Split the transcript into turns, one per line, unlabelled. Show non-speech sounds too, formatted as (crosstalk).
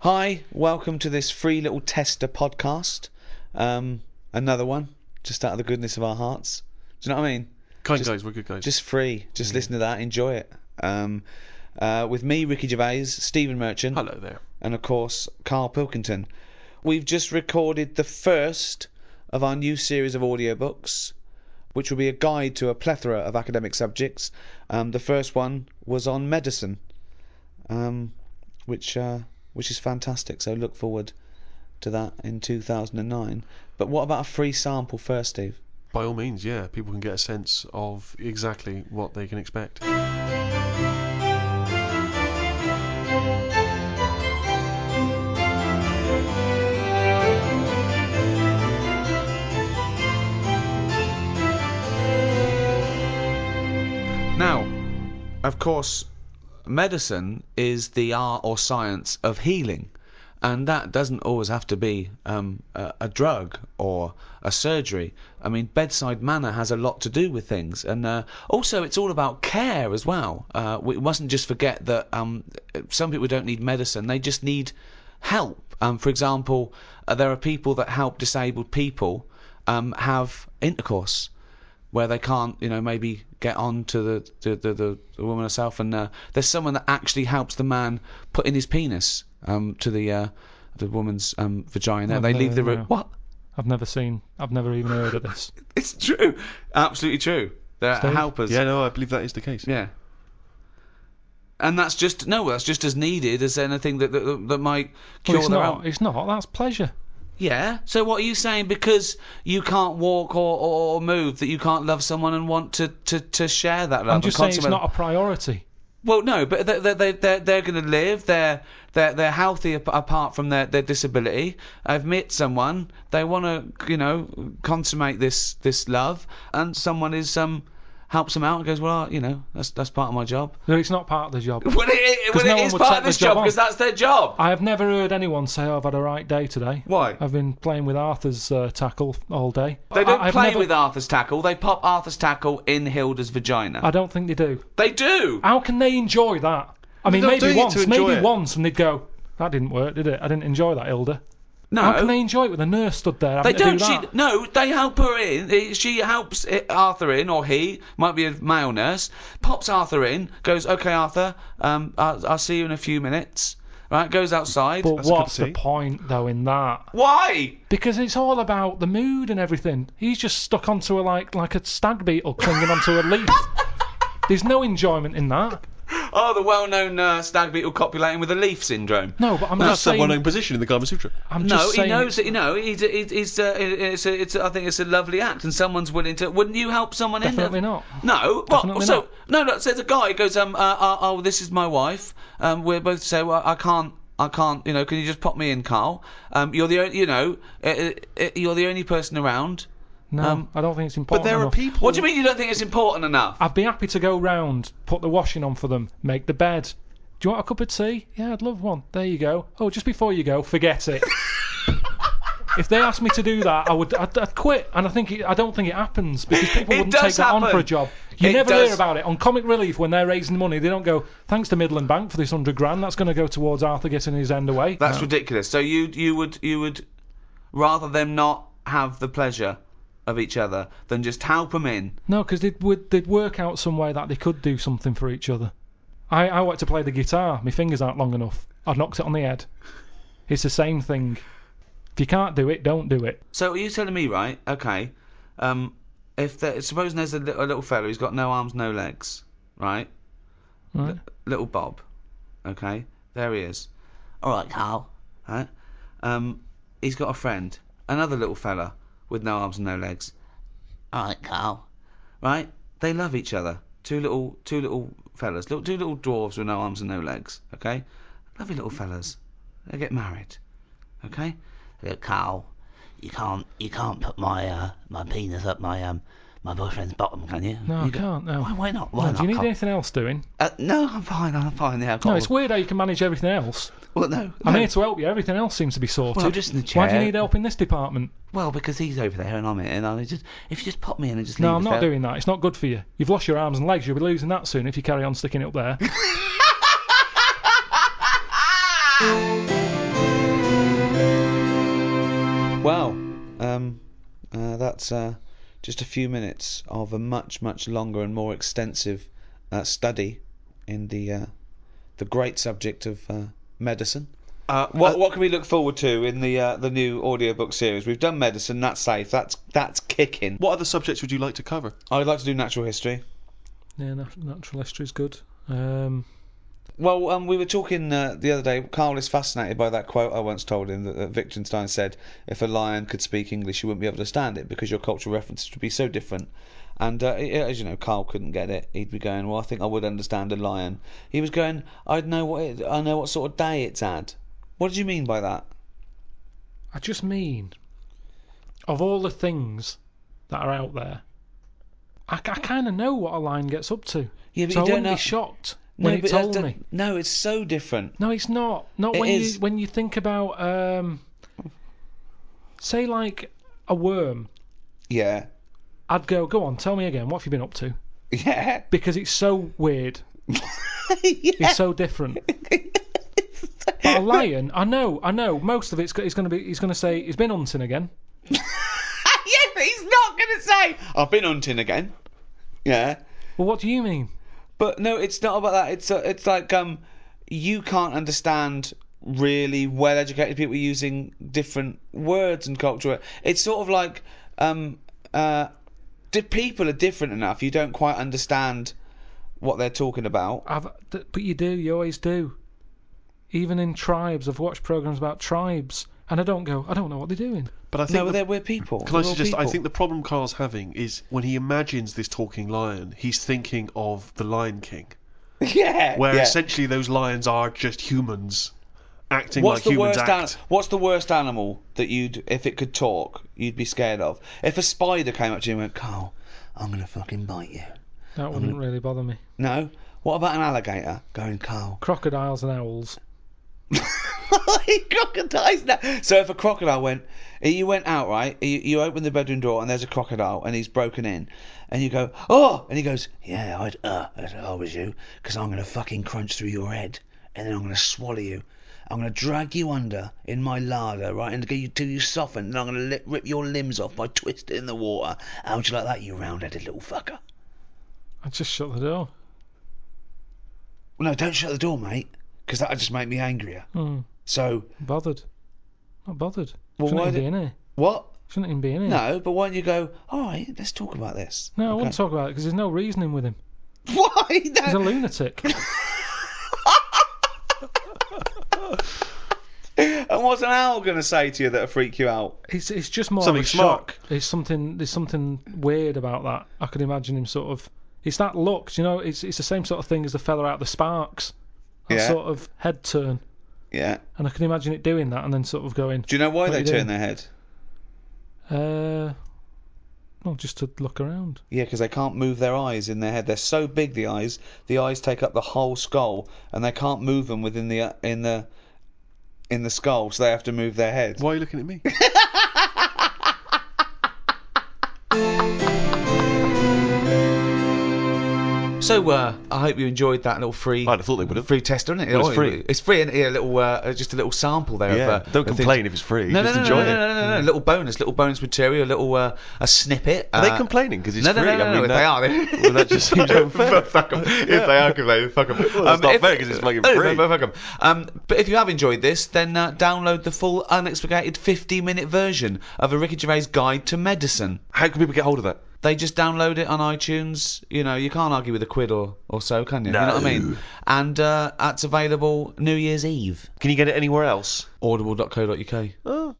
Hi, welcome to this free little tester podcast. Um, another one, just out of the goodness of our hearts. Do you know what I mean?
Kind
Just-
guys, we're good guys.
Just free. Just listen to that. Enjoy it. Um, uh, with me, Ricky Gervais, Stephen Merchant,
hello there.
and of course, Carl Pilkington. We've just recorded the first of our new series of audiobooks, which will be a guide to a plethora of academic subjects. Um, the first one was on medicine, um, which uh, which is fantastic. So look forward to that in 2009. But what about a free sample first, Steve?
By all means, yeah, people can get a sense of exactly what they can expect.
Now, of course, medicine is the art or science of healing, and that doesn't always have to be um, a, a drug or a surgery. I mean, bedside manner has a lot to do with things, and uh, also it's all about care as well. Uh, we mustn't just forget that um, some people don't need medicine; they just need help. Um, for example, uh, there are people that help disabled people um, have intercourse where they can't, you know, maybe get on to the the, the, the, the woman herself, and uh, there's someone that actually helps the man put in his penis um, to the uh, the woman's um, vagina.
I've
they
never-
leave the room.
no.
What?
I've never seen. I've never even heard
(laughs)
of this.
It's true, absolutely true. They're
Steve?
helpers.
Yeah, no, I believe that is the case.
Yeah. And that's just no, that's just as needed as anything that that, that might
Well,
cure
it's
their
not.
own-
It's not. That's pleasure.
Yeah. So what are you saying? Because you can't walk or, or, or move, that you can't love someone and want to, to, to share that love.
I'm
and
just saying it's
Uh, consummate-
not a priority.
Well, no, but they they they they're, they're going to live. They're they're they're healthy ap- apart from their, their disability. I've met someone. They want to you know consummate this this love, and someone is um helps them out and goes, well, you know, that's that's part of my
(laughs)
job.
No, it's not part of the job.
Well, it, it,
'Cause
well,
no
it
one
is
would
part of
take
this
the
job
job
because
on.
that's their job.
I have never heard anyone say oh, I've had a right day today.
Why?
I've been playing with Arthur's uh, tackle all day.
They don't
I, I've
play
never-
with Arthur's tackle. They pop Arthur's tackle in Hilda's vagina.
I don't think they do.
they do.
How can they enjoy that? I mean,
They're not
maybe
doing it to
once,
enjoy
maybe
it.
once, and they'd go, "That didn't work, did it? I didn't enjoy that, Hilda."
no.
How can they enjoy it with a nurse stood there?
They
having
don't.
to Do
She
that?
no. They help her in. Eh, She helps eh, Arthur in, or he might be a male nurse. Pops Arthur in. Goes, okay, Arthur. Um, I'll, I'll see you in a few minutes. Right. Goes outside.
But
That's good
what's
to
the
see.
point though in that?
Why?
Because it's all about the mood and everything. He's just stuck onto a like like a stag beetle clinging onto a leaf. There's no enjoyment in that.
Oh, the well-known uh, stag beetle copulating with a leaf syndrome.
No, but I'm
That's
just saying.
the one-own position in the Kama Sutra.
I'm just
No, he
saying
knows it. You know, he's, he's, he's, uh, it's, a, it's. a- I think it's a lovely act, and someone's willing to. Wouldn't you help someone
Definitely
in?
not.
No,
Definitely
what? So
not.
no, no. So there's a guy who goes, um, uh, uh, oh, this is my wife. Um, we're both say, well, I can't, I can't. You know, can you just pop me in, Carl? Um, you're the, only, you know, uh, uh, you're the only person around.
No,
Um,
I don't think it's
But
important.
there are
enough.
people.
What do you mean you don't think it's important enough?
I'd be happy to go round, put the washing on for them, make the bed. Do you want a cup of tea? Yeah, I'd love one. There you go. Oh, just before you go, forget
(laughs)
it. if they asked me to do that, I would. I'd, I'd quit. And I think it, I don't think it happens because
(laughs)
people
It
wouldn't
does
take that on
happen.
for a job. You
It
never
does.
hear about it on Comic Relief when they're raising money. They don't go, "Thanks to Midland Bank for this hundred grand. That's going to go towards Arthur getting his end away."
That's
No.
ridiculous. So you, you would, you would rather them not have the pleasure of each other than just help them in.
No, because they'd, would, they'd work out some way that they could do something for each other. I, I like to play the guitar. My fingers aren't long enough. I knocked it on the head. It's the same thing. If you can't do it, don't do it.
So are you telling me, right? Okay. Um, if there, supposing there's a, li- a little fella who's got no arms, no legs, right?
Right?
Little Bob. Okay, there he is. All right, Carl. Right. Um, he's got a friend, another little fella with no arms and no legs. All right, Carl. Right. They love each other. Two little, two little fellas, little, two little dwarves with no arms and no legs. Okay, lovely little fellas. They get married. Okay.
Look, Carl, you can't you can't put my uh, my penis up my um my boyfriend's bottom, can you?
No, I
You don't-
can't. No.
Why, why not? Why
No,
not?
do you need
Carl?
anything else doing?
Uh, no, I'm fine. I'm fine. Yeah, I've got
No,
all
it's weird how you can manage everything else.
Well, no.
I'm
no.
here to help you. Everything else seems to be sorted.
Well, I'm just in the chair.
Why do you need help in this department?
Well, because he's over there and I'm here, and I just if you just pop me in and just leave
No, I'm
us
not
there-
doing that. It's not good for you. You've lost your arms and legs. You'll be losing that soon
(laughs)
if you carry on sticking it up there.
that's Um, uh, just a few minutes of a much, much longer and more extensive uh, study in the uh, the great subject of uh, medicine. Uh, what, what can we look forward to in the uh, the new audiobook series? We've done medicine, that's safe, that's that's kicking.
What other subjects would you like to cover?
I'd like to do natural history.
Yeah, nat- natural history is good. Um,
Well, um, we were talking uh, the other day. Carl is fascinated by that quote I once told him that, that Wittgenstein said, "If a lion could speak English, you wouldn't be able to stand it because your cultural references would be so different." And uh, it- as you know, Carl couldn't get it. He'd be going, "Well, I think I would understand a lion." He was going, "I'd know what it, I know what sort of day it's had." What did you mean by that?
I just mean, of all the things that are out there, I, kind of know what a lion gets up to.
Yeah, but
so
you
I
don't
wouldn't
know-
be shocked
No,
when he
but that-
told
that-
me.
no, it's so different.
No, it's not. Not
It
when
is.
you when you think about um, say like a worm.
Yeah, (laughs)
I'd go, go on, tell me again. What have you been up to?
yeah,
Because it's so
(laughs)
weird.
yeah.
It's so
(laughs)
different. but a lion, I know, I know. Most of it's, go- it's going to be. He's going to say he's been hunting again.
yeah, but he's not going to say, "I've been hunting again." Yeah.
Well, what do you mean?
But no, it's not about that. It's uh, it's like um, you can't understand really well-educated people using different words and culture. It's sort of like um, uh, di- people are different enough. You don't quite understand what they're talking about.
I've, th- but you do. You always do. Even in tribes, I've watched programs about tribes, and I don't go. I don't know what they're doing.
But I think
No,
the-
they're we're people.
Can I
We're all
suggest? I
people.
think the problem Carl's having is when he imagines this talking lion, he's thinking of the Lion King,
(laughs) yeah.
where
yeah.
essentially those lions are just humans acting
What's
like
the
humans
worst?
act.
An- what's the worst animal that you'd, if it could talk, you'd be scared of? If a spider came up to you and went, "Carl, I'm gonna fucking bite you,"
That wouldn't really bother me.
no. What about an alligator going, Carl?
Crocodiles and owls.
(laughs) crocodiles now. So if a crocodile went, you went out right, you, you open the bedroom door and there's a crocodile and he's broken in, and you go, oh, and he goes,
Yeah, I'd, uh, if I was you, because I'm going to fucking crunch through your head, and then I'm going to swallow you.
I'm gonna drag you under in my larder, right, and get you till you soften, and I'm gonna li- rip your limbs off by twisting in the water.
How would you like that, you round-headed little fucker?
I'd just shut the door.
Well, no, don't shut the door, mate, because that'll just make me angrier.
Hmm.
So
Bothered. Not bothered.
Well,
Shouldn't
why
even
did-
be in here.
what?
Shouldn't even be in here.
No, but why don't you go? All right, let's talk about this. (laughs)
No, I wouldn't
Okay.
talk about it because there's no reasoning with him.
Why? No. (laughs)
He's a lunatic.
And what's an owl gonna say to you that'll freak you out?
it's, it's just more
Something
of a
smart.
shock. There's something there's something weird about that. I could imagine him sort of. It's that look, you know. It's it's the same sort of thing as the fella out of the Sparks. That
Yeah.
sort of head turn,
Yeah.
and I can imagine it doing that, and then sort of going,
Do you know why
What
they
you doing?
turn their head?
uh, well, just to look around.
Yeah, because they can't move their eyes in their head. They're so big, the eyes. The eyes take up the whole skull, and they can't move them within the uh, in the in the skull. So they have to move their head.
Why are you looking at
(laughs)
me?
So uh, I hope you enjoyed that little free.
I'd have thought they would have.
Free test, isn't it?
Well, it's
Oh,
free.
It's free, and a little uh, just a little sample there.
yeah,
of, uh,
don't
of things-
complain if it's free.
No, no,
just
no,
enjoy
no, no,
it.
no, no, no, Little bonus, little bonus material, a little uh, a snippet.
Are they
uh,
complaining because it's
No, no,
free?
no, no,
I mean,
no,
that,
if they are.
(laughs) well, that just seems unfair.
fuck them. If they are complaining, fuck Um, them. Well,
that's not fair 'cause it's fucking free.
Fuck them. Um, but if you have enjoyed this, then uh, download the full unexplicated 50-minute version of a Ricky Gervais Guide to Medicine.
How can people get hold of that?
They just download it on iTunes. You know, you can't argue with a quid or, or so, can you? You know what I mean?
No.
And uh, that's available New Year's Eve.
Can you get it anywhere else?
Audible.co.uk.
Oh,